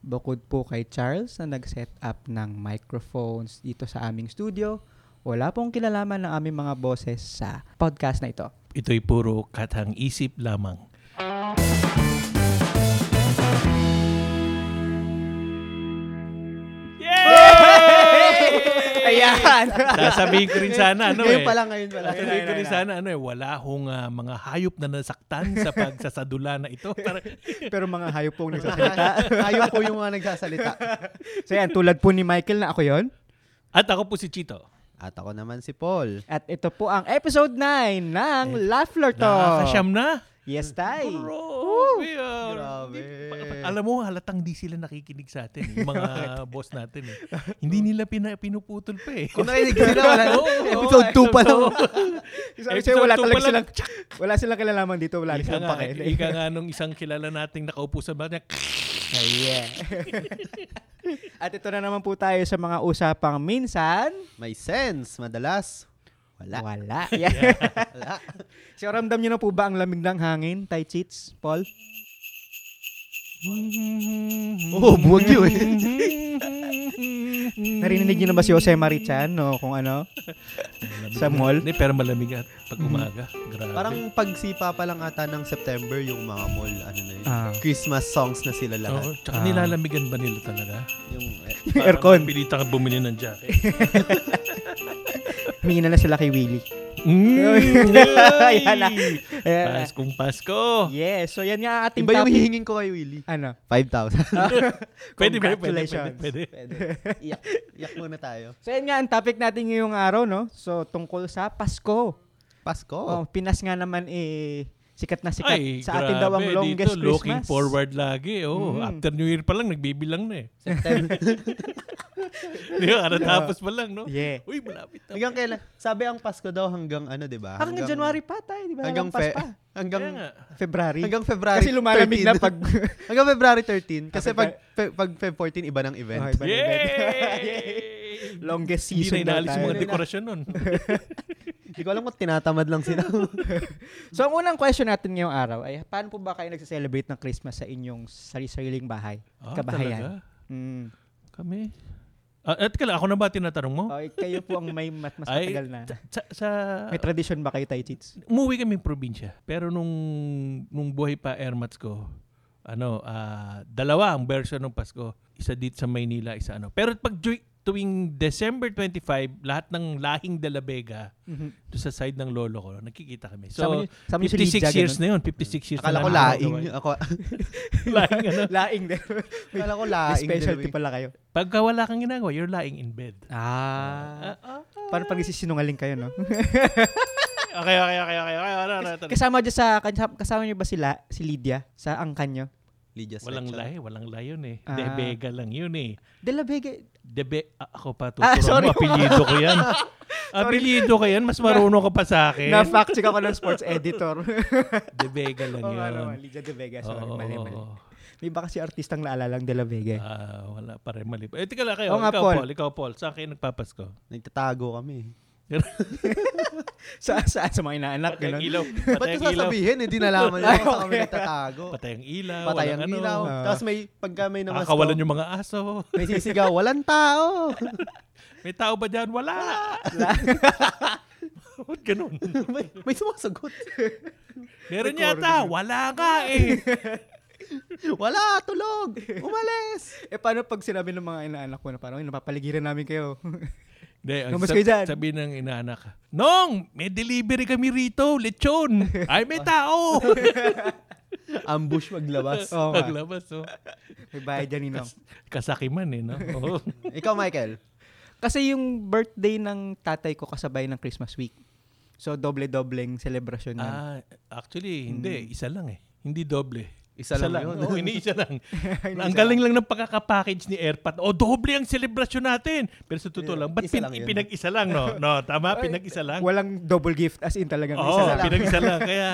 Bukod po kay Charles na nag-set up ng microphones dito sa aming studio, wala pong kilalaman ng aming mga boses sa podcast na ito. Ito'y puro katang isip lamang. Ayan! Sasabihin ko rin sana, ano ngayon eh. pa lang, ngayon pa lang. Sasabihin ko rin sana, ano eh, wala hong ah, mga hayop na nasaktan sa pagsasadula na ito. Parang, Pero mga hayop pong nagsasalita. Ayaw ko yung mga nagsasalita. so yan, tulad po ni Michael na ako yon. at ako po si Chito. At ako naman si Paul. At ito po ang episode 9 ng Laughler Talk. Nakakasyam na. Yes, tay. Bro, we are- Grabe. pa- pa- alam mo, halatang di sila nakikinig sa atin. eh, Yung mga boss natin. Eh. Hindi nila pina, pinuputol pa eh. Kung nakinig sila, wala Oo, oo, Episode oo, two pa lang. Sabi Episode sa'yo, wala two talaga pa lang. silang, wala silang kilalaman dito, wala Ika silang nga, eh. pakialam. ika nga nung isang kilala nating nakaupo sa bahay niya, Yeah. At ito na naman po tayo sa mga usapang minsan. May sense, madalas. Wala. Wala. Yeah. so, ramdam nyo na po ba ang lamig ng hangin, Tay Cheats, Paul? Oo, oh, buwag yun eh. Narinig nyo na ba si Jose Marichan no? kung ano? Sa mall? Hindi, pero malamig at pag umaga. Grabe. Parang pagsipa pa lang ata ng September yung mga mall, ano na yun. Ah. Christmas songs na sila Oo, lahat. tsaka Ah. nilalamigan ba nila talaga? Yung, eh, Yung aircon. Pilita ka bumili ng jacket. Humingi na lang sila kay Willie. mm, Ayan na. Ayan na. Paskong Pasko. Eh, Yes. So, yan nga ang ating iba yung topic. hihingin ko kay Willie. Ano? 5,000. Pwede ba? Pwede, pwede, Congratulations. pwede. Pwede. Iyak. Iyak muna tayo. So, yan nga ang topic natin ngayong araw, no? So, tungkol sa Pasko. Pasko. Oh, Pinas nga naman eh sikat na sikat Ay, sa atin daw ang grabe, longest dito, Christmas. looking forward lagi. Oh, Mm. After New Year pa lang, nagbibilang na eh. September. Di ba? Karatapos pa lang, no? Yeah. Uy, malapit na. hanggang kailan? Sabi ang Pasko daw haggang ano, di ba? Hanggang January pa tayo, di ba? Hanggang, Lampas fe- pa. hanggang, Kaya nga. February. hanggang February Kasi lumalamig 13. na pag... Hanggang February 13. Kasi Ah, pag, fe- pag Feb 14, iba ng event. Okay, ba- Yay! Longest Hindi na season daw inalis yung mga tayo. dekorasyon nun. Hindi ko alam kung tinatamad lang sila. So, ang unang question natin ngayong araw ay, paano po ba kayo nagsiselebrate ng Christmas sa inyong sarili-sariling bahay? Ah, kabahayan? talaga? Mm. Kami. Ah, at kala, ako na ba tinatanong mo? Okay, Oh, kayo po ang may mat mas Ay, matagal na. sa- Sa, sa, May tradition ba kayo, Tay Cheats? umuwi kami probinsya. Pero nung, nung buhay pa airmats ko, ano, ah, dalawa ang version ng Pasko. Isa dito sa Maynila, isa ano. Pero pag ju- tuwing December 25, lahat ng lahing de la Vega, doon sa side ng lolo ko, nagkikita kami. So, 56 years na yun. 56 years na Akala ko namin laing. nagawa yun. Ako, laing, ano. Laing din. akala ko May laing. specialty dalawa. pala kayo. Pagka wala kang ginagawa, you're lying in bed. Ah. Ah, ah, ah. Parang pag nagsisinungaling kayo, no? Okay, okay, okay, okay. okay. Ano, ano, ano. kasama dyan sa, kasama niyo ba sila, si Lydia, sa angkan niyo? Lydia Walang special. lahi, walang lahi yun eh. Ah. De Vega lang yun eh. De La Vega. De Be- ah, ako pa Ah, tuturo. sorry. mo, apelyido ko yan. apelyido ko yan, mas marunong ka pa sa akin. Na-fact check ako ng sports editor. De Vega lang Oo nga yun. naman, Lydia De Vega. Sorry, Oo, mali, oo, mali. oo. May ba kasi artistang naalalang De La Vega? eh? Ah, wala pa rin mali. Eh, tika lang kayo. Oo nga, ikaw, Paul. Paul. Ikaw, Paul. Sa akin nagpapasko. Nagtatago kami. Sa, sa, sa mga inaanak, gano'n. Patay ang ilaw. Ba't Patay ang ko ilaw. sasabihin? Hindi nalaman lang Ay, kung saan kami okay. nagtatago. Patay ang ilaw. Patay walang ang ano. ilaw. Ah. Tapos may, pagka may namasko, Nakakawalan yung mga aso. may sisigaw, walang tao. May tao ba dyan? Wala! Ba't ganun? may, may sumasagot. Meron yata. Wala ka eh. Wala, tulog. Umalis. Eh, paano pag sinabi ng mga inaanak ko na parang, "Ay, napapaligiran namin kayo? Hindi, ang Lumabas sab- kayo dyan. sabi ng inaanak, Nong, may delivery kami rito, lechon. Ay, may tao. Ambush maglabas. Oo nga. Paglabas, oh. May bayad yan, eh, Ninong. Kasakiman eh, no? Oo. Ikaw, Michael. Kasi yung birthday ng tatay ko kasabay ng Christmas week. So, doble-dobleng celebration yun. ah, actually, hindi. Isa lang eh. Hindi doble. Isa lang yun. Oo, iniisa lang. ang Iniisa galing lang ng pagkakapackage ni Airpat. O, doble ang celebration natin. Pero sa totoo lang, ba't Isa pin- lang yun. pinag-isa lang, no? No, tama, pinag-isa lang. Walang double gift, as in talagang Ah. Oo, isa lang. pinag-isa lang. Kaya,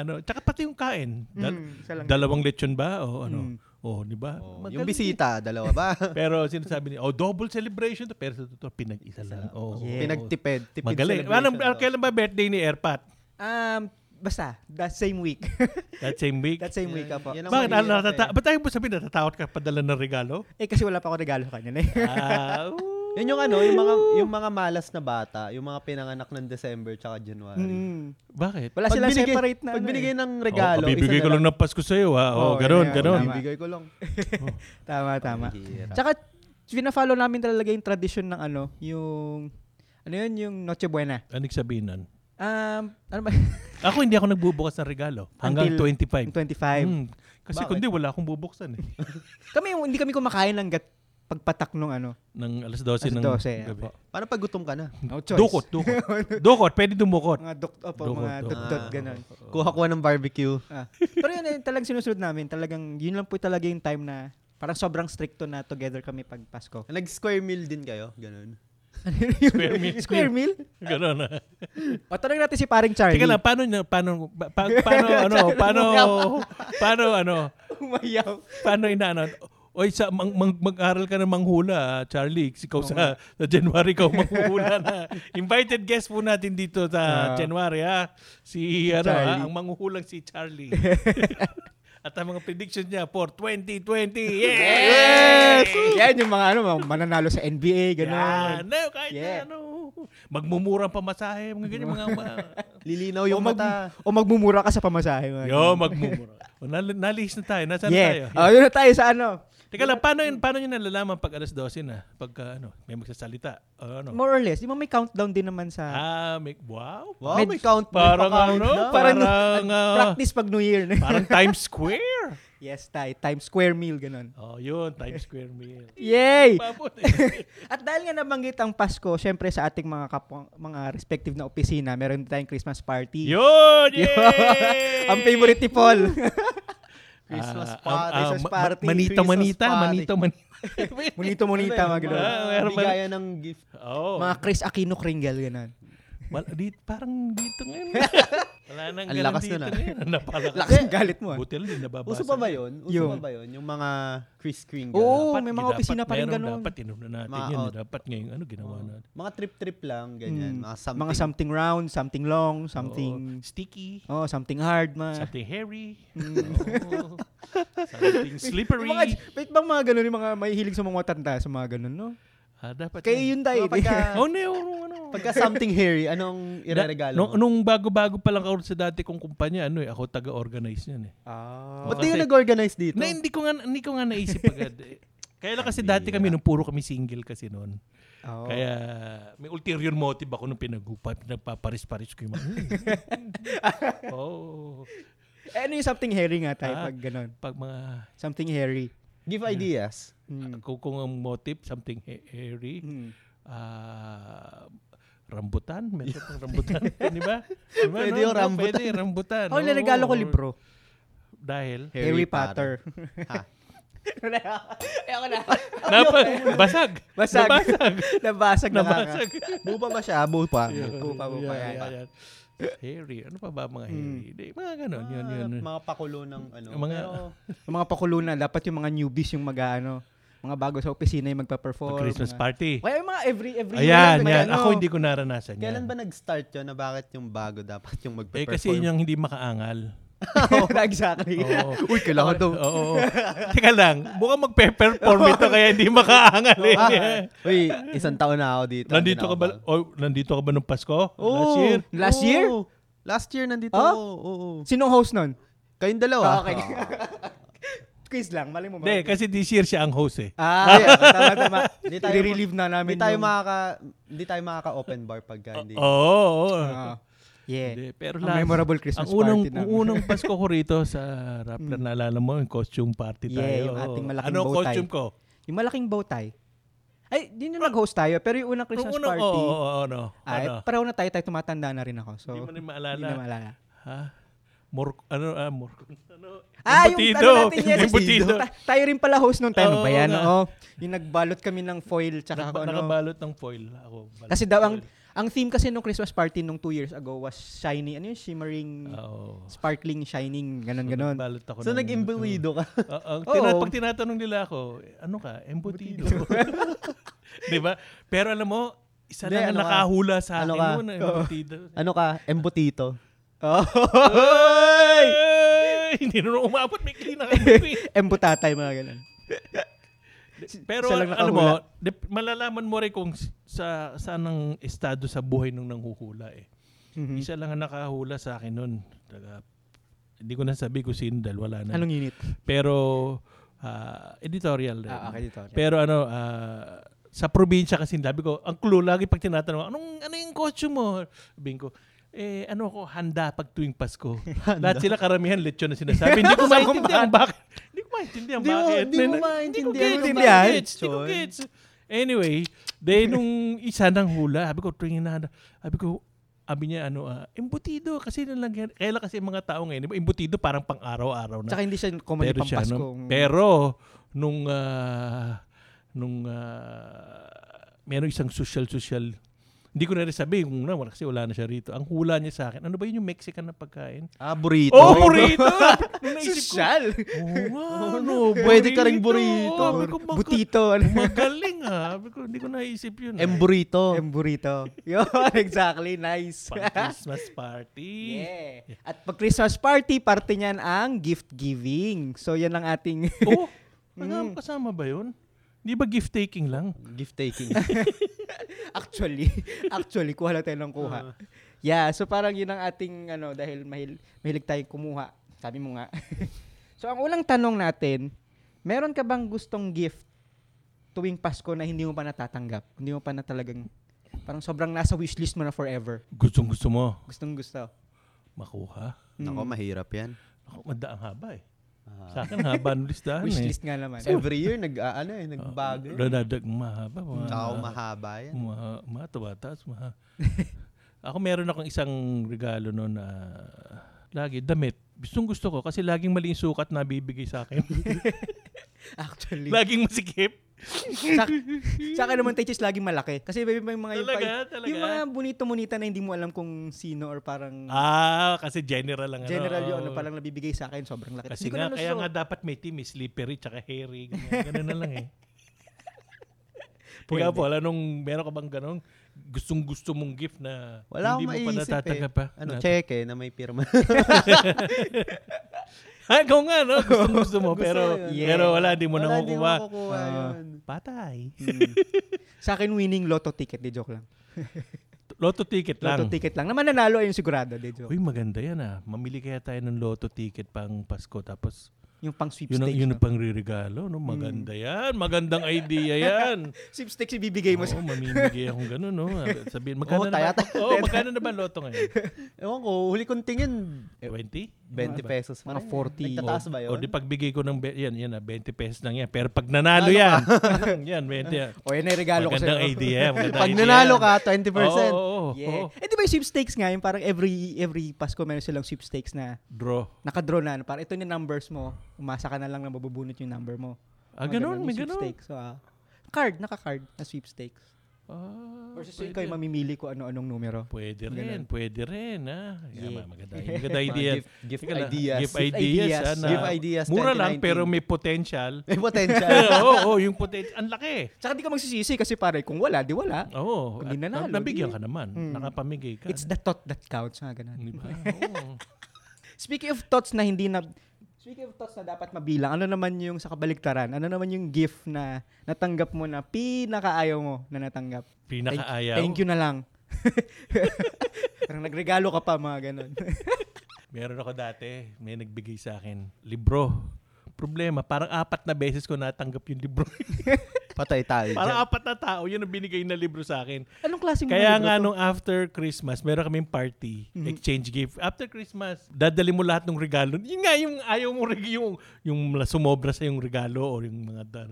ano, tsaka pati yung kain. Dal- Mm, isa lang. dalawang lechon ba? O, ano? O, di ba? Oh, Magaling. yung bisita, dalawa ba? Pero sinasabi niya, oh, double celebration to. Pero sa totoo, pinag-isa lang. Oo. Yeah. Pinagtipid. Tipid Magaling. celebration Anong, daw. kailan ba birthday ni Erpat? Um, Basta, that same week. That same week. that same week Yan- po. yan ang Bakit? mahirap Ano, natata- eh. ba't tayo mo sabihin natatakot ka padala ng regalo? Eh, kasi wala pa ako regalo kanina. eh. Ah, oo. Yun yung ano, yung mga yung mga malas na bata, yung mga pinanganak ng December tsaka January. Mm. Bakit? Wala Pag silang binigay- separate na. Pag ano eh. binigay ng regalo, oh, bibigay isa ko na lang ng Pasko sa'yo, ha? Oo, Oh, yun ganun, na yun. ganun. Tama. Bibigay ko lang. Tama, tama. Mahirap. Tsaka, pina-follow namin talaga yung tradition ng ano, yung, ano yun, yung Noche Buena. Anong sabihin nun? Um, ano ba? Ako hindi ako nagbubukas ng regalo. Hanggang Until- 25. 25. Hmm, kasi Bakit? kundi wala akong bubuksan eh. Kami, yung- hindi kami kumakain hanggat pagpatak nung ano. Nang alas 12 ng Alas 12, gabi. apo. Para pag gutom ka na. No choice. Dukot, dukot. dukot, pwede dumukot. Mga dukot, opo, Dukot, mga dukot. dukot, Ah. ganun. Kuha-kuha ng barbecue. Ah. Pero yun, eh, talagang sinusunod namin. Talagang, yun lang po talaga yung time na parang sobrang stricto na together kami pag Pasko. Nag-square meal din kayo, ganun. Square meal. Square meal? Ganun na. O, tanong natin si paring Charlie. Teka lang, paano, niya- paano, pa, pa- paano, ano, paano, paano, ano, Umayaw. paano inaano? Oy, sa mang, mang, mag-aral ka ng manghula, ah, Charlie. Ikaw sa, sa January ka manghula na. Invited guest po natin dito Ah. sa January, ha? Si, ano, Charlie. ah, ang manghuhulang si Charlie. At ang mga prediction niya for 2020. Yes! Yes! Yan yung mga ano, mga mananalo sa NBA, Yan. gano'n. No, kahit Yeah. na ano. Magmumurang pamasahe, mga ganyan, mga... mga Lilinaw O, yung Oh, mag, mata. o magmumura ka sa pamasahe. mga Yo, ganun. magmumura. o, nal- nalihis na tayo. Nasaan na tayo? yeah. O, yun na tayo sa ano. Teka lang, paano, yun, paano nyo nalalaman pag alas 12 na? Pagka ano, may magsasalita? O ano? More or less, di ba may countdown din naman sa... ah, may, wow. Wow, Med- may count. may Parang pa-count ano, na. parang, Parang- ah, Practice pag New Year. Na. parang Times Square. yes, tayo. Times Square meal, gano'n. Oh, yun, Times Square meal. Yay! Papo- At dahil nga nabanggit ang Pasko, syempre sa ating mga kapwa, mga respective na opisina, meron din tayong Christmas party. yun, Yun. yay! ang favorite ni Paul. Ah, Christmas party. ah, Christmas ma- ma- party, Manita, Christmas manita, party. Ano manito, manita. Munito-munita, mga gano'n. Ah, meron ba- Bigaya ng gift. Oh, Mga Chris Aquino Kringle, gano'n. Wal, di, parang dito ngayon. Wala nang Ang ganun lakas dito nun, ah. ngayon. Napalakas. Lakas ng galit mo. ah. Buti lang, hindi nababasa. Uso pa ba yun? Uso Yung- pa ba yun? Yung mga Chris Kringle. Oo, Dapat, may mga di dapat, opisina pa rin meron, ganun. Dapat tinumnan natin Mga yun. out. Dapat ngayon, ano ginawa Oh. natin? Mga trip-trip lang, ganyan. Mm. Mga something. Mga something round, something long, something Oo, sticky, oh, something hard ma. something hairy, oo, something slippery. Yung mga, wait bang mga ganun yung mga may hilig sa mga matanda sa mga ganun, no? Ah, dapat Kaya yun yun. tayo. Mga pagka- Oh, no, ano. Pagka something hairy, anong Da- ireregalo nung, mo? nung bago-bago pa lang ako sa dati kong kumpanya, ano eh, ako taga-organize niyan eh. ah. Ba't Kasi- di yung nag-organize dito? Na, hindi ko nga, hindi ko nga naisip agad. eh. Kaya lang kasi dati kami, nung puro kami single kasi noon. Oh. Oo. Kaya may ulterior motive ako nung pinag-upa, pinagpaparis-paris ko yung mga. oh, Eh, ano yung something hairy nga tayo Ah. pag ganun? pag mga Something hairy. Give ideas. Mm. kung, kung ang motive something ha- hairy, Mm. ah, rambutan, meron pang rambutan, di ba? Di ba, Pwede yung rambutan. Pwede yung rambutan. Oh, Oo. niregalo ko libro. Dahil? Harry, Potter. Ha? Eh, ako na. Napa, basag. Basag. Nabasag. Nabasag na nga. Nabasag. Buo pa ba siya? Buo pa. Hmm. Buo pa, buo pa, yan pa. yan. Hairy. Ano pa ba mga hairy? Di, Mga ganon. Ano Yun, yun. Ah, Mga pakulo ng ano. Mga- Pero, Yung mga pakulo na, dapat yung mga newbies yung mag-ano, mga bago sa opisina yung magpa-perform. Christmas mga- party. Kaya yung mga every every Ayan, may yan. ano. Ako hindi ko naranasan yan. kailan ba nag-start yun na bakit yung bago dapat yung Eh magpe-perform? kasi yun yung hindi makaangal. exactly. Oo. Uy, kailangan daw. Oo. Teka lang, mukhang magpe-perform ito kaya hindi makaangal eh. Ah, Uy, isang taon na ako dito. nandito ka ba Hindi na ako oh, nandito ka ba nung Pasko? bago. Oo. Last year? Oh, Last year? Oo. Last year nandito. Ah? Oo, oo, oo. Sinong host nun? Kayong dalawa. Okay. Ah. Quiz lang, mali mo Hindi, kasi this year siya ang host eh. Ah, yeah, tama, tama. Hindi tayo- I-relieve na Hindi namin. tayo yung- makaka hindi tayo makaka-open bar pagka hindi. Oo. oo. Ah, yeah. Hindi, pero Ang last, memorable Christmas ang unang, party namin. Mm. Ang unang Pasko ko rito sa Rappler, naalala mo, yung costume party tayo. Yeah, yung ating malaking ano bow tie. costume ko? Yung malaking bow tie. Ay, yun yung nag-host tayo. Pero yung unang Christmas Nung unang- party, Oo, oo, oo, ano? ay, ano? pareho na tayo, tayo tumatanda na rin ako. So, Hindi mo rin maalala. Ah, eh, Hindi na maalala. Ha? Mor, ano, ah, mor, ano, Ah, yung embutido. ano natin yes. Embutido. Ta- tayo rin pala host nung time. Ano Oo ba yan? nga. Oo. Yung nagbalot kami ng foil tsaka Naka- kung ano. Nakabalot ng foil ako. Balot Kasi ng daw ang foil. ang theme kasi nung Christmas party nung two years ago was shiny, ano yun, shimmering, Ah, Oo. sparkling, shining, ganon So, ganon. nagbalot ako ng- So ano, mm. nag-imbelido ka. Oo, ang tina- Oo. pag tinatanong nila ako, ano ka? Embutido. 'Di ba? Pero alam mo, isa Hindi, lang ang ano ka? nakahula sa Ano akin ka? noon, embutido. Ano ka? Embotito. Oy! Ay! Hindi na umabot, may clean na kami. Embutatay, mga ganun. Pero Siya lang ano mo, dep- malalaman mo rin kung s- sa saan ang estado sa buhay nung nanghuhula eh. Mhm. Isa lang ang nakahula sa akin nun. Taga, hindi ko na sabi kung sino dahil wala na. Anong unit? Pero ah, editorial rin. Ah, okay, dito. okay. Pero ano, ah, sa probinsya kasi sabi ko, ang clue lagi pag tinatanong, anong, ano yung costume mo? Sabihin ko, eh ano ako, handa pag tuwing Pasko. Lahat sila karamihan lechon na sinasabi. hindi ko Saan ko maintindihan bakit. Hindi ko maintindihan Hindi mo- bakit. hindi mo Nan- Hindi maintindihan ko kung gets. bakit, Hindi ko Chon. gets. Anyway, then nung isa ng hula, sabi ko, tuwing na, sabi ko, sabi niya, ano, ah, embutido. Kasi nalagyan, kaya lang kasi yung mga tao ngayon, di ba, embutido parang pang araw-araw na. Tsaka hindi siya commonly Pero pang siya, Pasko. no? mm. Pero, nung, ah, nung, ah, meron isang social-social, hindi ko na rin sabi kung na, wala- kasi wala na siya rito. Ang hula niya sa akin, ano ba yun yung Mexican na pagkain? Ah, burrito. Oh, burrito! Nung naisip ko, Social! oo nga, ano, Pwede ka ring burrito. Sabi ko, "Mag- Butito. ano? Magaling ah. Sabi ko, hindi ko naisip yun. ah. Em burrito. Em burrito. Yun, exactly. Nice. Pang Christmas party. yeah. At pag Christmas party, party niyan ang gift giving. So, yan ang ating... Oh, Mm. ano, kasama ba yun? Hindi ba gift taking lang? Gift taking. actually, actually, kuha lang tayo ng Ah. kuha. Yeah, so parang yun ang ating, ano, dahil mahil, mahilig tayong kumuha. Sabi mo nga. so, ang unang tanong natin, meron ka bang gustong gift tuwing Pasko na hindi mo pa natatanggap? Hindi mo pa na talagang, parang sobrang nasa wishlist mo na forever. Gustong gusto mo Gustong gusto. makuha. Nako, mahirap yan. Ah, Ako, madaang haba eh. Sa akin, haba ng listahan eh. Wishlist nga naman. Every yeyear, nag, ah, ano eh, nagbago. Uh, Nadadag mahaba. Mga, Tao mahaba yan. Maha, maha, tumatas, maha. Ako meron akong isang regalo noon na lagi, damit. Gustong gusto ko kasi laging mali yung sukat na bibigay sa akin. Actually. laging masikip. sa, sa akin naman, Teaches, laging malaki. Kasi may, may mga yung, Talaga, talaga. yung mga bonito-bonita na hindi mo alam kung sino or parang Ah, kasi general lang ano. general yun, oo. ano palang nabibigay sa akin, sobrang laki. Kasi Hindi ko nga, na kaya gusto. nga dapat may team, eh, slippery tsaka hairy. Ganun, ganun na lang eh. Pwede. Ikaw po, wala nung, meron ka bang ganun? Gustong gusto mong gift na Wala akong hindi mo pa maisip eh. natataga pa. Ano, Nat- check eh, na may pirma. Ah, ikaw nga, no? Gustong gusto mo, Gusto pero, ko yun. pero wala, di mo na Wala, di kukuha. makukuha Ah. yun. Patay. Mm. sa akin, winning lotto ticket, di joke lang. Lotto ticket Lotto lang. ticket lang. Naman nanalo ayun sigurado, di joke. Uy, maganda yan ah. Mamili kaya tayo ng lotto ticket pang Pasko. Tapos, Yung pang yun ang, sweepstakes. yun no? ang pang regalo No? Maganda yan. Magandang idea yan. Sweepstakes ibibigay mo sa... Oo, mamimigay akong gano'n, no? Sabihin, magkano, na, Oo, ba, tayata. oo, magkano na ba loto ngayon? Eh, Ewan ko, huli kong tingin, 20? 20 pesos. pa Mga 40. rin. Nagtataas ba ano O di yun? pagbigay ko ng, be- yan, yan na, 20 pesos lang yan. Pero pag nanalo yan, yan, 20 yan. O yan ay regalo ko Magandang sa'yo. idea. Oh, Magandang Pag idea. nanalo ka, Oo, 20%. oo, oo, oo. Yeah. Eh, di ba yung sweepstakes nga, yung parang every every Pasko meron silang sweepstakes na Draw. nakadraw na. ano, Parang ito yung numbers mo. Umasa ka na lang na mabubunot yung number mo. Ah, Mga ganun, ganun, may yung ganun. sweepstakes. So, ah, card, naka-card na sweepstakes. Ah, Versus yung pwede. kayo mamimili kung ano-anong numero. Pwede Ganun. rin, pwede rin. Ah. Yeah. Yeah. Maganda, maganda idea. gift- gift Teka lang, ideas. Gift Gift ideas. ideas. sana. Give ideas Mura lang 2019. pero may potential. May potential. Oo, oh, yung potential. Ang laki. Tsaka di ka magsisisi kasi pare, kung wala, di wala. Oo. Kung di at nanalo, na- nabigyan di- ka naman. Mm. Nakapamigay ka. It's the thought that counts. Mga ganun. Di ba? Oo. Speaking of thoughts na hindi na Speaking of thoughts na dapat mabilang, ano naman yung sa kabaliktaran? Ano naman yung gift na natanggap mo na pinakaayaw mo na natanggap? Pinakaayaw. Thank you na lang. Parang nagregalo ka pa, mga ganun. Meron ako dati, may nagbigay sa akin, libro. Problema, parang apat na beses ko natanggap yung libro. Patay tayo dyan. parang apat na tao, yun ang binigay na libro sa akin. Anong klase mo? Kaya nga nung after Christmas, meron kaming party, Mm-hmm. exchange gift. After Christmas, dadali mo lahat ng regalo. Yun nga yung ayaw mo reg- yung yung la- sumobra sa yung regalo or yung mga dar.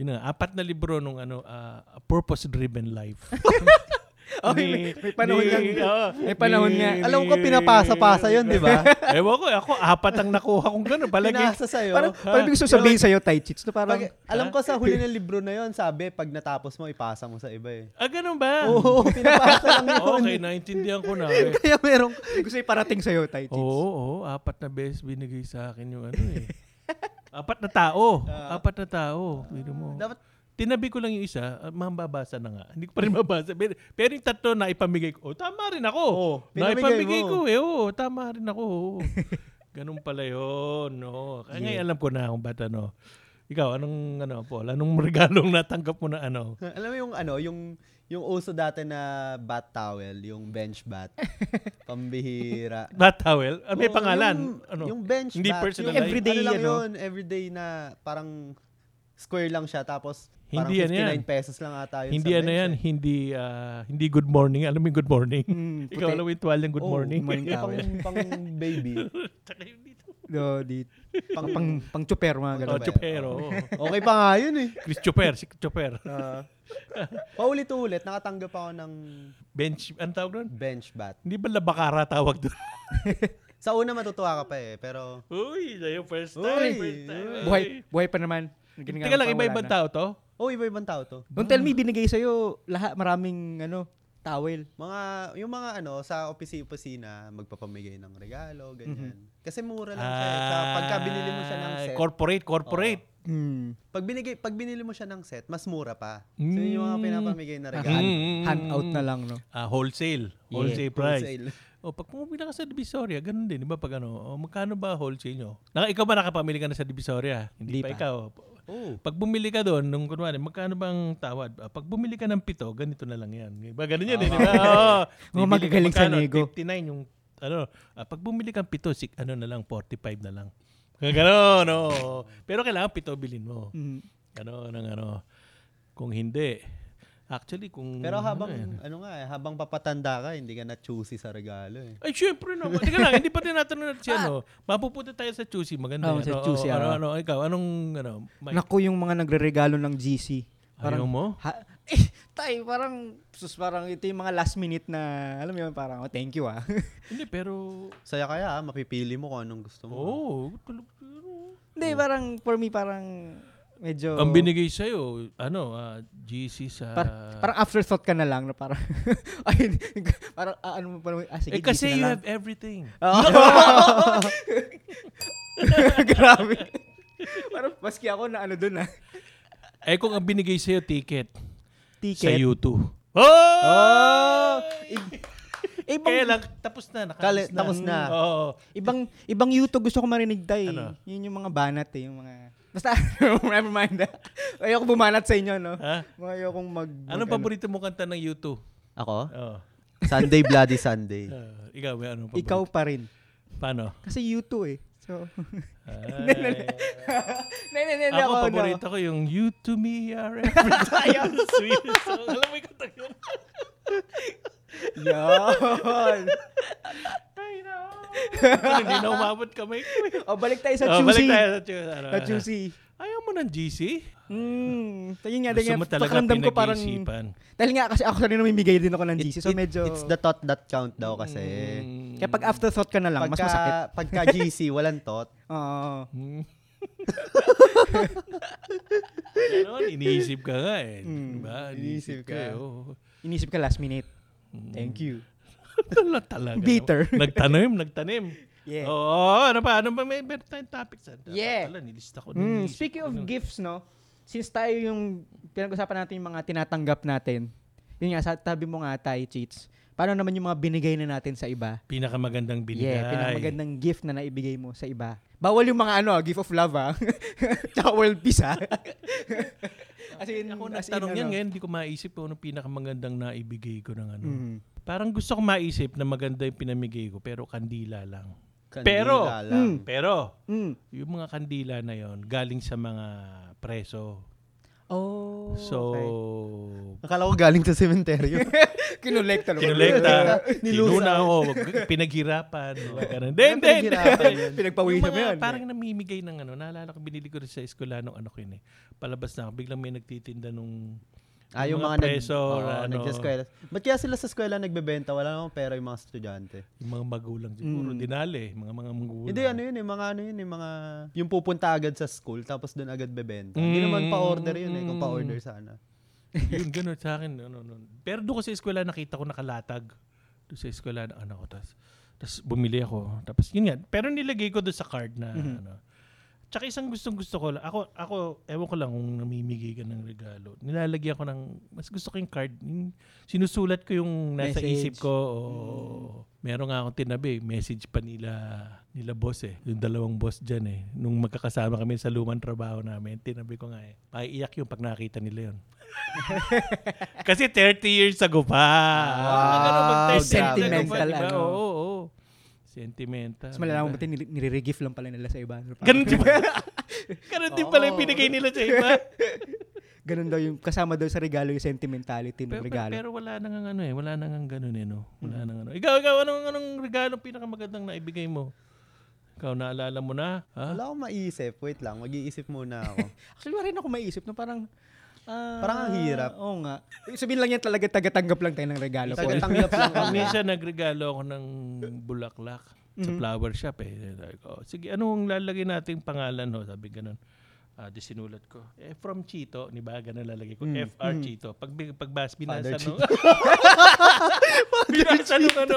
Yun na, apat na libro nung ano, ah, A Purpose Driven Life. Oh, may- may panahon nga. May panahon nga. Alam ko pinapasa-pasa yun, di ba? Ewan ko, ako apat ang nakuha kong gano'n. Palagi, Pinasa sa'yo. oh, Parang, parang gusto sabihin sa'yo, Tay Chits, na parang, Pag- alam ko sa huli ng libro na yon sabi, pag natapos mo, ipasa mo sa iba eh. ah, ganun ba? Oo, pinapasa lang yun. Okay, naintindihan ko na. eh. kaya merong, gusto iparating sa'yo, Tay Chits. Oo, oo, apat na beses binigay sa akin yung ano eh. apat na tao. apat na tao. Biro mo. Ah. Dapat Tinabi ko lang yung isa, ah, mababasa na nga. Hindi ko pa rin mabasa. Pero, pero yung tatlo na ipamigay ko, oh, tama rin ako. Oo, pinamigay naipamigay mo. ko eh, oh, tama rin ako. oo. Ganun pala yun. No. Kaya ngayon alam ko na kung ba't ano. Ikaw, anong, ano, Paul, anong regalong natanggap mo na ano? Alam mo yung ano, yung yung uso dati na bat towel, yung bench bat. Pambihira. Bat towel? Ah, may Oo, pangalan? Oh, Yung, ano? yung bench Hindi bat. personal yung life. Everyday ano lang yan, no? yun, everyday na parang square lang siya tapos parang Hindi yan yan. 59 pesos lang ata yun hindi sa ano bench, yan, eh. hindi ah, hindi good morning. Alam mo yung good morning? Hmm, Mm, Ikaw puti. alam mo yung tuwal ng good Oo, morning? Oh, good morning Yung towel. Pang, pang baby. Tsaka yung dito. No, di, Pang, pang, pang chuper, mga Oh, ganun. ba yan? Chopero. okay pa nga yun eh. Chris Choper, si Choper. Ah. paulit-ulit, nakatanggap ako ng Bench, ang tawag doon? bench bat. Hindi ba labakara tawag doon? Sa una matutuwa ka pa eh, pero Uy, sa'yo first time. Uy, first time. uy. Buhay, buhay pa naman. Ganun nga, Teka lang, parang iba-ibang wala na. tao to? oh, iba-ibang tao to. Don't tell me, binigay sa'yo lahat, maraming, ano, towel. Mga, yung mga ano, sa opisi-opisina, magpapamigay ng regalo, ganyan. Kasi mura lang siya. eh. Sa pagka binili mo siya ng Ah, set, Corporate, corporate. Hmm. Mm. pag, binigay, pag binili mo siya ng set, mas mura pa. So, yun yung mga Mm. pinapamigay Hand, na regalo. Mm. handout na lang, no? Ah, wholesale. Wholesale price. Oh. Wholesale. O, pag pumipila ka sa Divisoria, ganun din, di ba? Pag ano, o, magkano ba wholesale nyo? Naka, ikaw ba nakapamili ka na sa Divisoria? Hindi Hindi pa, pa. ikaw. Oh. Pag bumili ka doon, nung kunwari, magkano bang tawad? Ah, Pag bumili ka ng pito, ganito na lang yan. Diba? Ganun yan, eh, di ba? Mga Oo. Bibili ka Ah. magagaling sa magkano? nego. 59 yung, ano, ah, pag bumili ka ng pito, sik, ano na lang, 45 na lang. Ganun, no. Pero kailangan pito bilhin mo. Mm. Ganun, ang ano. Kung hindi, actually, kung... Pero habang, ano yan. ano nga eh, habang papatanda ka, hindi ka na choosy sa regalo eh. Ay, syempre naman. Teka lang, hindi pa tinatanong natin Ah. si ano. Mapupunta tayo sa Chusi. Maganda. Oo, yan. sa Oo, Chusi, ah. Ano, oo. ano, ikaw, anong, ano, Mike? Naku, yung mga nagre-regalo ng GC. Ayaw mo? Ha, eh, tay, parang, sus, parang ito yung mga last minute na, alam mo yun, parang, oh, thank you, ah. Hindi, pero, Saya kaya, ah, mapipili mo kung anong gusto mo. oo. Oh, Hindi, parang, for me, parang, medyo, Ang binigay sa'yo, ano, ah, GC sa... par- parang afterthought ka na lang, na parang, ay, parang, ah, ano mo pa, ah, sige, eh, GC kasi na you lang. have everything. Grabe. parang, maski ako na ano dun, ah. Eh, kung ang binigay sa'yo, ticket, sa Ticket. U2. Oh! Oh! I- ibang, Kaya lang, tapos na. Nakalis Kali- na. Mm. tapos na. Oo. ibang, ibang yuto gusto ko marinig, tay. Ano? Yun yung mga banat, eh, yung mga, basta, never mind, ah. Ayoko bumanat sa inyo, no? Ha? Mga ayokong mag... Ah. Anong mag- paborito mong kanta ng U2? Ako? Oh. Sunday, Bloody Sunday. Ah, ikaw, may ano ano? Eh. Ikaw pa rin. Paano? Kasi you too eh. So, Ay. Nay, nay, nay, nay, Ako, ako, ano, paborito ko yung You to me are everything. Sweet song. Alam mo yung kanta yun? no. Yun. I know. Hindi na umabot kamay ko. eh. O, balik tayo sa Oh, choosy. balik tayo sa choosy. Ano, Sa choosy. Ayaw mo ng GC? Mm. So, yun nga, Gusto dahil mo nga, talaga pakiramdam ko parang... pinag-iisipan. Dahil nga, kasi ako rin namimigay din ako ng GC. So, It- medyo... It's the thought that count daw kasi. Mm. Kaya pag afterthought ka na lang, mas Pagka, masakit. pagka GC, walang thought. Oo. Mm. Ganon, iniisip ka nga eh. Hmm, Diba? Iniisip iniisip ka. ka. eh, oo. Inisip ka last minute. Mm. Thank you. Tala talaga. Bitter. nagtanim, nagtanim. Yeah. Oo, ano pa? Ano pa? May meron tayong topics. ah. Dapat Yeah. Pala, nilista ko. Mm, nilista speaking ko of nun. gifts, no? Since tayo yung pinag-usapan natin yung mga tinatanggap natin, yun nga, sa tabi mo nga tayo, cheats. Paano naman yung mga binigay na natin sa iba? Pinakamagandang binigay. Yeah, pinakamagandang gift na naibigay mo sa iba. Bawal yung mga ano, ah, gift of love, ha? Tsaka world peace, ah. ha? as in, Ako as in, nagtanong yan ano. ngayon, hindi ko maisip kung ano pinakamagandang naibigay ko ng ano. Mm-hmm. Mm. Parang gusto ko maisip na maganda yung pinamigay ko, pero kandila lang. Kandila Pero- hmm. Mm. lang. Pero, Mm. yung mga kandila na yon galing sa mga preso. Oh, So, Akala ko galing sa cementerio. Kinolekta. no? kinolekta, Nilusa. kinuna o, pinaghirapan. o, ganun. Hindi, hindi, hindi. Pinaghirapan yun. Pinagpawisan Yung mo mga yan. Parang namimigay ng ano. Naalala ko, binili ko rin sa eskwela nung ano ko yun eh. Palabas na ako. Biglang may nagtitinda nung... Ah, yung mga, preso, na nag, oh, ano, nag-eskwela. Ba't kaya sila sa eskwela nagbebenta? Wala namang pera yung mga estudyante. yung mga magulang siguro. Dinali. Mga mga magulang. Mm. Hindi, ano yun eh, mga ano yun eh, mga... Yung pupunta agad sa school, tapos doon agad bebenta. Mm, Hindi naman pa-order yun eh, kung mm. pa-order sana. yun, ganun sa akin. Ano, ano. Pero doon ko sa eskwela nakita ko nakalatag. Doon sa eskwela ng anak ko. Tapos, tapos bumili ako. Tapos yun nga. Pero nilagay ko doon sa card na ano. Tsaka isang gustong gusto ko lang. Ako, ako, ewan ko lang kung namimigay ka ng regalo. Nilalagyan ko ng, mas gusto ko yung card. Yung sinusulat ko yung nasa Message. isip ko. O, Meron nga akong tinabi. Message pa nila, nila boss eh. Yung dalawang boss dyan eh. Nung magkakasama kami sa lumang trabaho namin, tinabi ko nga eh. Paiiyak yung pag nakita nila yun. Kasi 30 years ago pa. Wow, Ano pag 30 years ago pa, sentimental, diba? ano. Oo, oo. Sentimental. Mas malalaman mo diba? pati nire- nire-regift lang pala nila sa iba. Ano, parang- Ganun din pala. Ganun din pala yung pinigay nila sa iba. Ganun daw yung kasama daw sa regalo yung sentimentality ng pero, regalo. pero wala nang ang ano eh. Wala nang ang ganun eh. No? Wala nang ano. Ikaw, ikaw, anong, anong regalo pinakamagandang naibigay mo? Ikaw, naalala mo na? Ha? Wala akong maisip. Wait lang, mag-iisip muna ako. Actually, wala rin ako maisip na parang ah, Parang ang hirap. Oo nga. Ibig Sabihin lang yan talaga tagatanggap lang tayo ng regalo. Paul. Tagatanggap lang Pag kami. minsan nagregalo ako ng bulaklak sa Mm-hmm. flower shop eh. Sabi ko, Sige, anong lalagay nating pangalan ho? Sabi ganun. Ah, di sinulat ko. Eh, from Chito. Ni ba, ganun lalagay ko. Mm-hmm. FR Chito. Pag, pagbas, binasa no. binasa nung ano.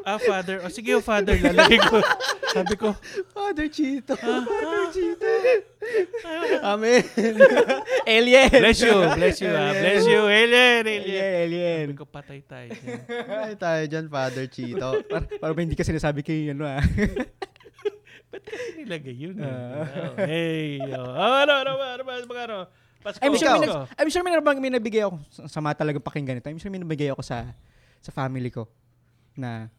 Ah, father. O sige, oh, father. Lalagay ko. Sabi ko, Father Chito. ah, Amen. Alien! bless you. Bless you. ah, bless you. Alien. Alien. Alien, alien. Sabi ko, patay tayo. dyan. Ah. Ay, tayo dyan, Father Chito. Par- parang ba hindi ka sinasabi kay ano ah. Ba't kasi nilagay yun? eh? Oh, hey. Oh, Ah, ano, ano, ba, ano, ba, ano, ba, ano, Pasko. I'm sure, Ikaw. may, nag- I'm sure may, nabang, may nabigay ako. sa- Sama talagang pakinggan ito. I'm sure may nabigay ako sa sa family ko na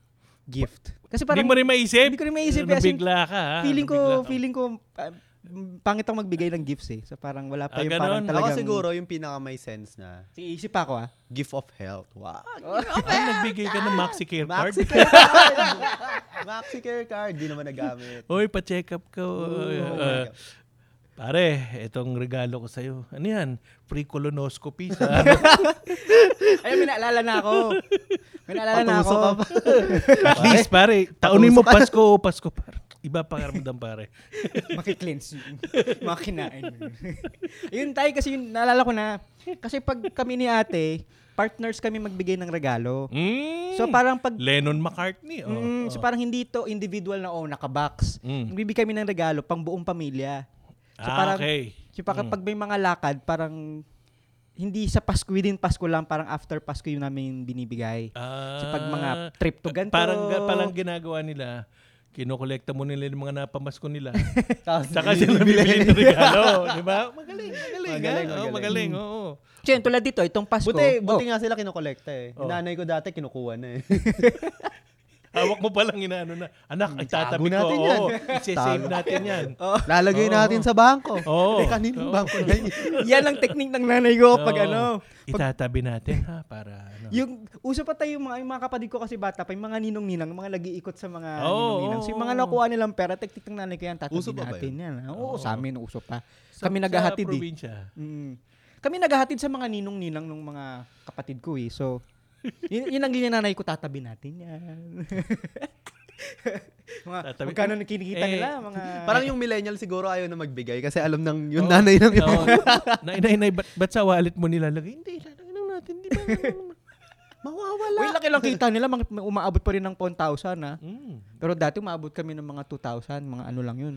gift. Kasi parang Hindi mo rin maisip? Hindi ko rin maisip, eh, Ano, as in, Nabigla ka, ha? feeling Nabigla ko, ka. feeling ko, ah, m- pangit ako magbigay ng gifts eh. So parang wala pa Ah, yung parang ganun? talagang... Ako siguro yung pinaka may sense na Iisip pa ako ah. gift of health. Wow. oh, Ay, nagbigay ka ng Maxi Care card? Maxi Care Card! Maxi Care Card, di naman nagamit. Hoy, pa-check up ka. Oy, Oh ah, my God. pare, itong regalo ko sa'yo. Ano yan? Free colonoscopy sa... ano? Ayun, may naalala na ako. May naalala na ako. Patusok ka pa. At least, pare, taunin mo Pasko o Pasko, pare. Iba pa karamdam, pare. Makiklinse yun. Makinain mo yun. yun tayo kasi yun, naalala ko na. Kasi pag kami ni ate, partners kami magbigay ng regalo. Mm. So parang pag Lennon McCartney. Oh, Mm, oh. So parang hindi to individual na, oh, nakabox. Mm. Nagbibigay kami ng regalo pang buong pamilya. So Ah, parang, okay. So parang pag may mga lakad, parang hindi sa Pasko, within Pasko lang, parang after Pasko yun namin binibigay. Ah, So pag mga trip to ganito. Parang, ga- parang ginagawa nila, kinokolekta mo nila yung mga napamasko nila. Tapos Saka sila bibili ng regalo. di ba? Magaling, magaling. Magaling, Magaling, magaling. Oh, magaling magaling. Mm. oo. So yun, tulad dito, itong Pasko. Buti, buti oh, nga sila kinokolekta eh. Yung Nanay ko dati kinukuha na eh. Hawak mo palang inaano na. Anak, Mm, ay tatabi Tago natin ko. yan. Oo, isi-save Tago. natin yan. Lalagay Oo. natin sa bangko. Oo. Eh, kaninong Oo. bangko na yun? Oh, yan ang technique ng nanay ko pag Oo. ano. Pag, Itatabi natin ha, para ano. yung, uso pa tayo yung mga, yung mga kapatid ko kasi bata pa, yung mga ninong-ninang, mga nag-iikot sa mga Oo, ninong-ninang. So yung mga oo. nakuha nilang pera, teknik ng nanay ko yan, tatabi Uso pa ba natin yan. ah. Oo, Oo. sa amin, uso pa. Sa- Kami naghahatid Sa eh. probinsya. Mm. Kami naghahatid sa mga ninong-ninang ng mga kapatid ko eh. So, yun, yun ang ginanay ko, tatabi natin yan. mga, Tatabi- magkano na kinikita Eh, nila? Mga, Parang yung millennial siguro ayaw na magbigay kasi alam ng yung nanay ng yun. Oo. Nay, nay, nay, ba't, ba't sa wallet mo nilalagay? Hindi, lalagay lang natin. Di ba? Mawawala. Uy, laki lang kita nila. Mga, may umaabot pa rin ng 1,000 ha. mm. Pero dati umaabot kami ng mga 2,000, mga ano lang yun.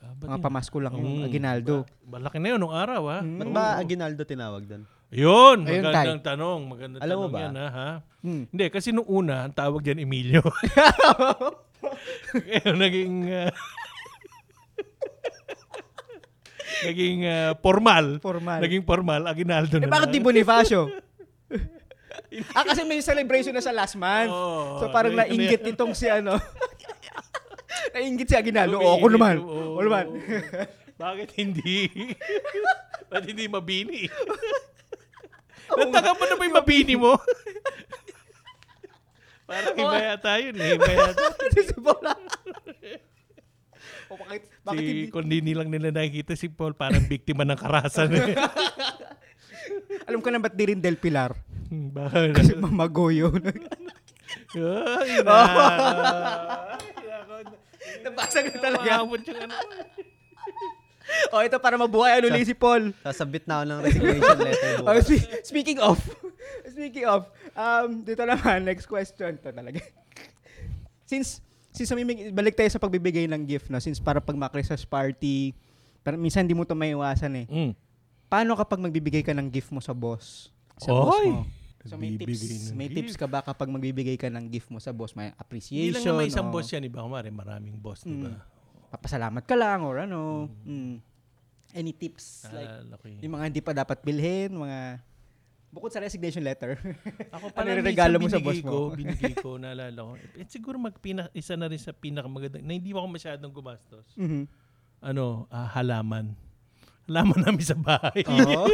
Ah, ba't Mga Mm. yun? pamasko lang Mm. yun, aginaldo. Malaki na yun nung araw ha. Ba't ba Aguinaldo tinawag doon? Yun, Ayun, magandang tanong. Magandang Alam tanong mo ba? yan, ha? ha? Hmm. Hindi, kasi nung una, ang tawag dyan Emilio. Ngayon, naging... ah, naging ah, formal. Formal. Naging formal, Aguinaldo Eh, na. bakit lang. di Bonifacio? ah, kasi may celebration na sa last month. so Oo, parang ano yun, nainggit nitong si ano. nainggit si Aguinaldo. Tumingin, Oo, ako naman. oo. Ako naman. bakit hindi? bakit hindi mabini? Nataga mo na ba yung mabini mo? parang iba yata yun. eh. Iba yata. si Bola. o bakit, bakit hindi? si, kung hindi nilang nila nakikita si Paul, parang biktima ng karasan. eh. Alam ko na ba't di rin Del Pilar? Hmm, Baka Kasi mamagoyo. Ay, na. Nabasa ka talaga. Maabot yung ano. O ito para mabuhay ano ulit si Paul. Sasabit na ako ng resignation letter Oh, bukas. spe- speaking of, speaking of, um, dito naman, next question to talaga. Since, since namimig- balik tayo sa pagbibigay ng gift, no? since para pag mga Christmas party, Pero minsan hindi mo to maiwasan eh. Mm. Paano kapag magbibigay ka ng gift mo sa boss? Sa boss Oy! mo. So may Bibigay tips, ng may gift. tips ka ba kapag magbibigay ka ng gift mo sa boss, may Hindi appreciation. lang naman isang o boss yan, iba kumari, maraming boss, di ba? Papasalamat ka lang or ano. Mm. Any tips like Naalala ko yun. yung mga hindi pa dapat bilhin, mga bukod sa resignation letter. Ano Ako pala yung minsan regalo mo sa binigay boss mo? Ko, binigay ko, naalala ko. At siguro magpina, isa na rin sa pinakamagandang, na hindi ako masyadong gumastos. Mhm. Ano, ah, halaman. Halaman namin sa bahay. Oo.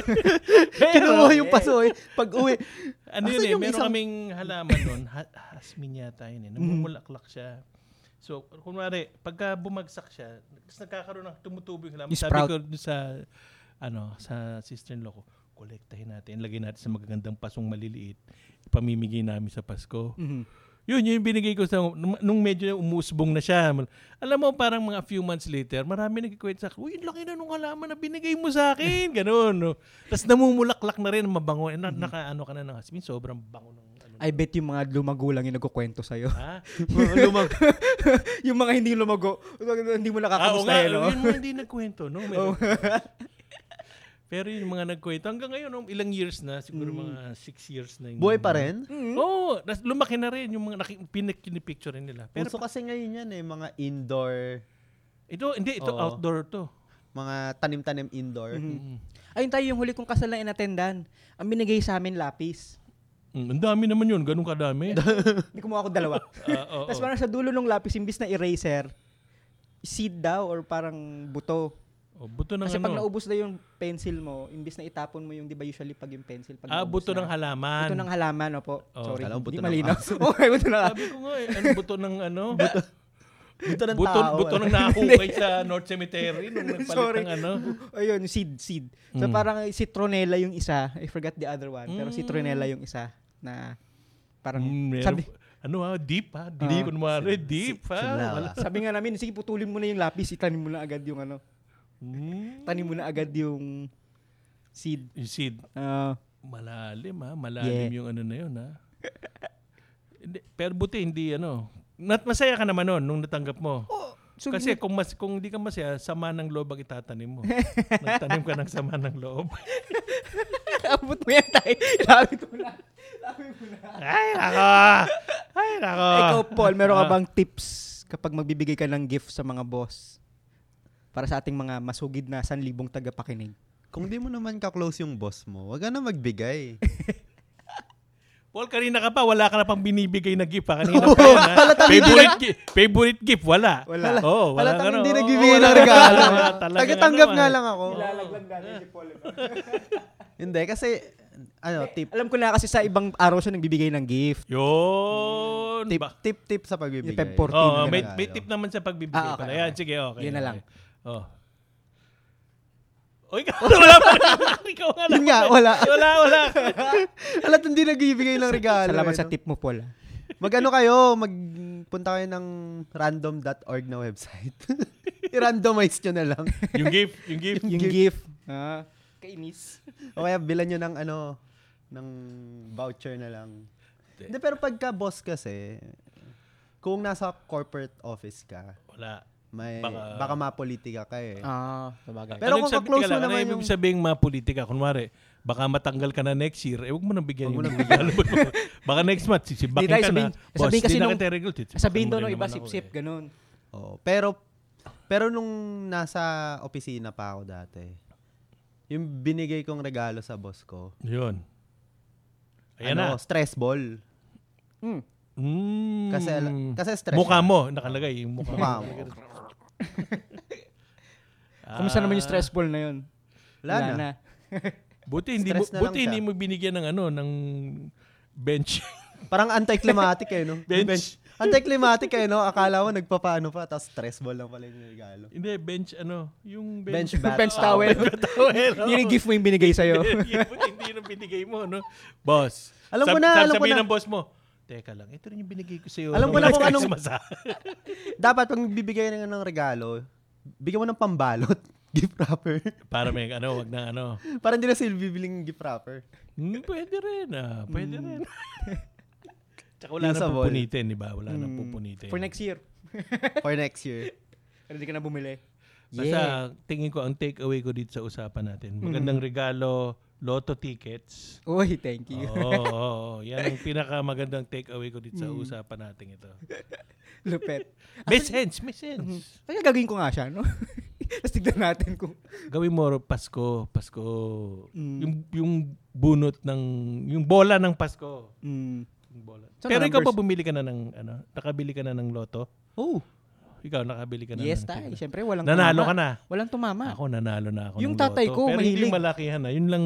Kinuha eh. yung pasoy. Pag uwi, ano yun Asan eh, yung meron isang- kaming halaman nun, ha- hasmin yata yun eh, namumulaklak siya. So, kunwari, pagka bumagsak siya, tapos nagkakaroon ng tumutubo yung halaman. Yung Sabi sprout. ko dun sa, ano, sa sister-in-law ko, kolektahin natin, lagay natin sa magagandang pasong maliliit, ipamimigay namin sa Pasko. Mhm. Yun, yun yung binigay ko sa, nung- nung medyo umusbong na siya. Alam mo, parang mga few months later, marami nagkikwento sa akin, uy, ang laki na nung halaman na binigay mo sa akin. Ganun. No? Tapos namumulaklak na rin, mabango. Eh, na, naka, ano ka na ng husband, sobrang bango ng ano. I bet yung mga lumago lang yung nagkukwento sa'yo. Ha? Lumag... yung mga hindi lumago, hindi mo Ah, oo nakakamusta nga, oh. no? yun mo hindi nagkwento, no? Meron. Pero yung mga nagkwento, hanggang ngayon, no, ilang years na, siguro mga six years na. yung- Hmm. Buhay pa rin? Oo, oh, lumaki na rin yung mga naki, pinik- pinipicture rin nila. Pero Puso kasi ngayon yan eh, mga indoor, ito, hindi, ito Oo. outdoor to. mga tanim-tanim indoor. Mm-hmm. Ayun tayo yung huli kong kasal na inatendan. Ang binigay sa amin lapis. Mm, ang dami naman yun, ganun kadami. Hindi kumuha ako dalawa. Ah, oo. Tapos parang sa dulo ng lapis, imbis na eraser, seed daw or parang buto. Oh, buto ng Kasi ano? pag naubos na yung pencil mo, imbis na itapon mo yung, di ba usually pag yung pencil, pag ah, naubos buto na, ng halaman. Buto ng halaman, opo. Oh, Sorry, kala ko buto hindi ng malinaw. okay, buto ng Sabi ko nga eh, ano, buto ng ano? buto, Dito ng buto, tao. buto ano? ng nahukay sa North Cemetery nung nagpalit Sorry. ng ano. Ayun, seed, seed. So Mm. parang citronella yung isa. I forgot the other one. Pero Mm. citronella yung isa na parang Mm, meron- sabi Ah, ano ha, deep ha, deep, Deep. kunwari, deep ha. Sinlaw, Wala. ah. sabi nga namin, sige putulin mo na yung lapis, itanim mo na agad yung ano. Mm, Tanim mo na agad yung seed. yung seed, Ah, malalim ha, malalim Yeah. yung ano na yun ha. Hindi, pero buti hindi ano, Nat masaya ka naman nun nung natanggap mo. so Kasi kung mas kung hindi ka masaya, sama ng loob ang itatanim mo. Nagtanim ka ng sama ng loob. abot mo yan tayo. Lapit mo na. Ay, nako! Ay, nako! Ikaw, Paul, meron ka bang tips kapag magbibigay ka ng gift sa mga boss? Para sa ating mga masugid na sanlibong tagapakinig. Kung di mo naman ka-close yung boss mo, wag ka na magbigay. Paul, kanina ka pa, wala ka na pang binibigay na gift ha. Kanina pa yun ha. favorite, gi- favorite gift, wala. Wala. Oo, oh, wala Halatang ka na. hindi Oo, nagbibigay wala ng ka. regalo. Wala, talagang Tagatanggap ano, nga ah. lang ako. Ilalaglag natin si Paul. eh. Hindi, kasi, ano, tip. Alam ko na kasi sa ibang araw siya nagbibigay ng gift. Yun. Tip, ba? tip, tip sa Yung Feb pagbibigay. 14. Oo, may, regalo. may tip naman sa Ah, pagbibigay okay, pala. Yan, okay. sige, okay. Yun na lang. Okay. Oh. Oy, ikaw wala pa. ikaw nga lang. Yun nga, wala. Wala, wala. Alat hindi nagbibigay ng regalo. Salamat sa eh, no? tip mo, Paul. ah. Mag-ano kayo, magpunta kayo ng random.org na website. I-randomize nyo na lang. yung gift, yung gift. Yung gift. Ah, kainis. O kaya bilan nyo ng ano, ng voucher na lang. Hindi, pero pagka boss kasi, kung nasa corporate office ka, Wala. may, Baka- baka, mapolitika ka eh. Ah, sabagay. Pero kung sabi- ka-close teka mo lang, naman ano yung... yung- sabihin mga politika? Kunwari, baka matanggal ka na next year, eh, huwag mo nang bigyan Huwag yung mo nang regalo mo. baka next month, Di sisibakin tayo ka sabihin- na. Boss, sabihin kasi di na nung- kita regular. Sisibakin Ah, Sabihin mo doon, rin no, iba naman ako sip-sip, eh. ganun. Oo. pero, pero nung nasa opisina pa ako dati, yung binigay kong regalo sa boss ko, Yun. Ayan ano, na. stress ball. Mm. Mm. Kasi, kasi stress. Mukha mo, nakalagay yung mukha, Mukha mo. Ah, Kumusta naman yung stress ball na yun? Wala na. Buti hindi, mo- Stress na lang buti hindi siya. mo binigyan ng ano, ng bench. Parang anticlimactic eh, no? Bench. Anticlimactic eh, no? Akala mo nagpapaano pa, tapos stress ball lang pala yung regalo. hindi, bench ano, yung Bench bench. bat. Ah, Bench Oo. towel. towel. Yun yung gift mo yung binigay sa'yo. Yun, hindi yun ang binigay mo, no? Boss. Alam ko na, alam ko sabihin na. ng boss mo, Teka lang, ito rin yung binigay ko sa'yo. Alam ko na nung kung last anong- Christmas, ah." Dapat pag bibigay ng ng regalo, bigyan mo ng pambalot, gift wrapper. Para may ano, wag na ano. Parang hindi na sila bibiling gift wrapper. Hmm, pwede rin ah, pwede Hmm. rin. Tsaka wala Yung nang sa wall. pupunitin, Hmm. di ba? Wala nang Mm. pupunitin. For next year. For next year. Pero di ka na bumili. Basta tingin ko ang takeaway ko dito sa usapan natin. Hmm. Magandang regalo, lotto tickets. Uy, thank you. Oo, oh, yan ang pinakamagandang takeaway ko dito sa Hmm. usapan natin ito. Lupet. May sense, may Mm-hmm. sense. Kaya gagawin ko nga siya, no? Tapos tignan natin kung... Gawin mo ro- Pasko, Pasko. Mm. Yung yung bunot ng yung bola ng Pasko. Mm. Yung bola. So, Pero ikaw pa numbers. bumili ka na ng ano, nakabili ka na ng lotto? Oh, Ikaw nakabili ka na yes, ng tay. ticket. Siyempre, walang Nanalo tumama. ka na. Walang tumama. Ako nanalo na ako. Yung ng tatay Lotto. ko, Pero mahilig. Pero malakihan na. Yun lang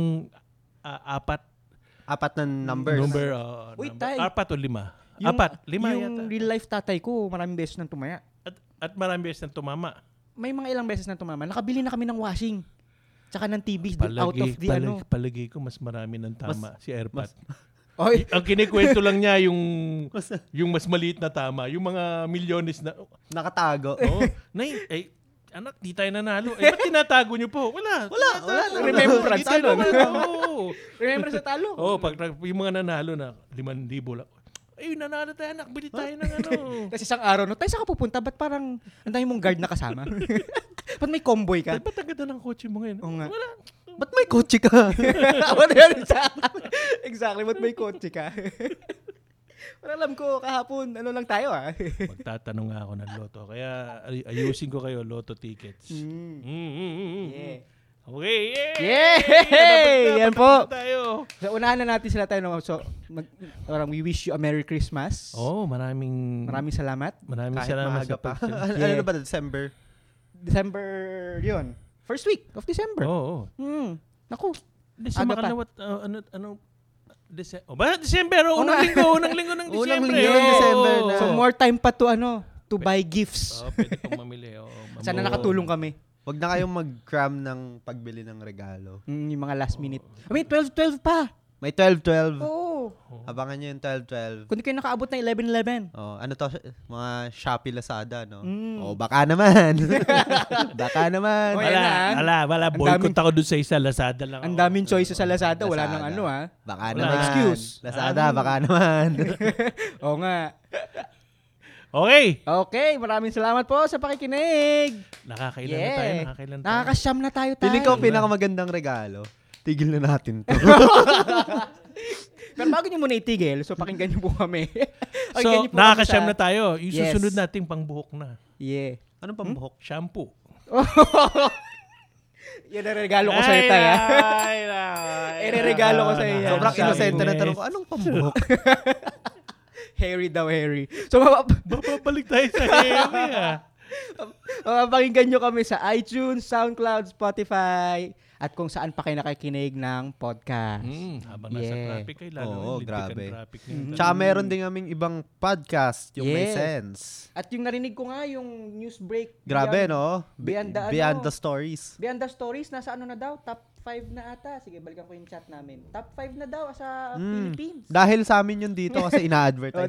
ah, apat Apat na numbers. number. ah, Wait, number. tay. Apat o lima. Yung- apat. Lima yata. yung real life tatay ko, maraming beses nang tumaya. at, at marami beses na tumama. May mga ilang beses nang tumama. Nakabili na kami ng washing. Tsaka ng TV dun- Palagi, out of the palag- ano. palagi ko mas marami ng tama si Erpat. Oy, Ang kinikwento lang niya yung Mas- yung mas maliit na tama. Yung mga milyones na, Nakatago. oh, nay, eh, anak, di tayo nanalo. Eh, ba't tinatago niyo po? Wala. Wala. wala lang. Remembrance, Di tayo ano? nanalo. Oo. remember sa talo? Oo, pag yung mga nanalo na, 5,000 lang. Ay, nanalo tayo anak, bili tayo ng ano. Kasi isang araw, no, tayo saan ka pupunta? Ba't parang ang dami mong guard na kasama? Ba't may convoy ka? Ba't ba't ang ganda ng kotse mo ngayon? Oo nga. Wala. Ba't may kotse ka? Ako na yun isa. exactly, ba't may kotse ka? Pero alam ko, kahapon, ano lang tayo ah. Magtatanong nga ako ng loto. Kaya ay- ayusin ko kayo, loto tickets. Mm. Mm, mm, mm, mm. Yeah. Okay, yay! Yay! Dapat- Yan dapat po. tayo. So, unahan na natin sila tayo. No? So, mag, parang we wish you a Merry Christmas. Oh, maraming... Maraming salamat. Maraming Kahit salamat maaga sa pa. pag- Ano- Yeah. Ano ba, December? December, yun. First week of Oo. December. Oh, Hmm. Naku. December, Aga pa. ano, what, uh, ano, ano, December. Oh, ba? December, oh, Oo unang nga. linggo, unang linggo ng December. eh. Unang linggo ng Oo. December na. So, more time pa to, ano, to buy gifts. Oo, pwede pang mamili. oo. Oh. Sana Mamili. nakatulong kami. Huwag na kayong mag-cram ng pagbili ng regalo. Mm, yung mga last minute. I mean, 12-12 pa. May 12-12. Oo. Abangan nyo yung 12-12. Kundi kayo nakaabot ng 11-11. Oh, ano to? Mga Shopee Lazada, no? Mm. Oh, baka naman. baka naman. Oh, yan Wala, na. wala, wala. Ang Boycott ako dun sa isa. Lazada lang Ang ako. daming choices sa Lazada. Wala Lazada. nang ano ah. Baka Wala. naman. Excuse. Ah. Lazada, baka naman. Oo nga. Okay. Okay, maraming salamat po sa pakikinig. Nakakailan na tayo. Nakakailan tayo. Nakakasyam na tayo tayo. Pili ko ang pinakamagandang regalo. Tigil na natin to. Pero bago nyo muna itigil, so pakinggan nyo po kami. so, Pakinggan niyo po kami nakakasyam sa- na tayo. Yung Yes. susunod nating pangbuhok na. Yeah. Anong pambuhok? Shampoo. Yan ang regalo ko sa iyo tayo. Ay, ay, ay. Ireregalo ko sa iyo yan. Sobrang Sabi inosente mo eh. na "Ah, tanong ko, anong pambuhok? Harry daw, Harry. So, mapap- Bababalik tayo sa Harry ah. mapapakinggan nyo kami sa iTunes, SoundCloud, Spotify, at kung saan pa kayo nakikinig ng podcast. Mm, habang nasa Yeah. Mm. traffic kayo, lalo Oo, oh, grabe. traffic ngayon. Tsaka meron din kaming ibang podcast, yung may Yes. sense. At yung narinig ko nga, yung news break. Grabe, beyond, no? Be- beyond the ano. beyond the stories. Beyond the stories, nasa ano na daw, top 5 na ata. Sige, balikan ko yung chat namin. Top 5 na daw sa Mm. Philippines. Dahil sa amin yun dito kasi ina-advertise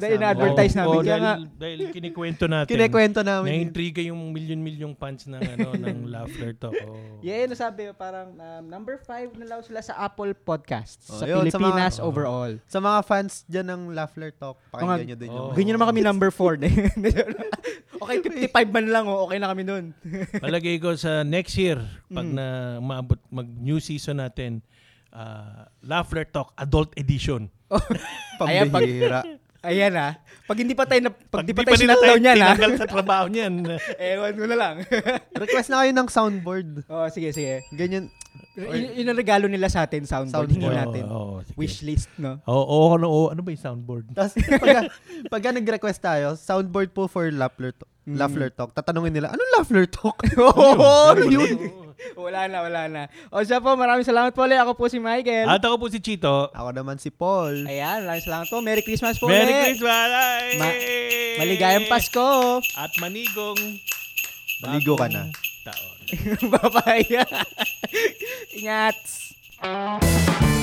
Oh, dahil namin. ina-advertise Oo, namin, oo, kaya nga. dahil, dahil kinikwento natin. Kinekwento namin. yun. Naintriga yung milyon-milyong fans ng ano ng Laughter Talk. Oh. Yeah, yun ang sabi, parang um, number 5 na daw sila sa Apple Podcasts. Oh, sa yun, sa mga- Pilipinas overall. Sa mga fans dyan ng Laughler Talk, Mga- pakinggan nyo din Oo. yung... Oh. Ganyan naman kami number 4. okay, 55 man lang, oh, okay na kami nun. Palagay ko sa next year, pag Mm. na maabot, mag new season natin, uh, Laughter Talk Adult Edition. Oh. Ayan, pag- Pambihira. Ayan ah. Pag hindi pa tayo, na, pag, di di pa tayo sinatlaw niyan ah. tinanggal sa trabaho niyan. Ewan ko na lang. Request na kayo ng soundboard. oh, sige, sige. Ganyan. Y- yun ang regalo nila sa atin, soundboard. Oh, Soundboard. Hingin natin. Oo, wish. Wishlist, no? Oo, oo, ano, oo, ano ba yung soundboard? Tapos pagka, pagka nag-request tayo, soundboard po for Laughler Talk. Mm. Laughler Talk. Tatanungin nila, anong Laughler Talk? Oo, yun. Wala na, wala na. O siya po, maraming salamat po ulit. Ako po si Michael. At ako po si Chito. Ako naman si Paul. Ayan, maraming salamat po. Merry Christmas po ulit. Merry Christmas! Ay! Ma- Maligayang Pasko. At manigong Maligo ka na. bagong taon. Bye-bye. Ingat.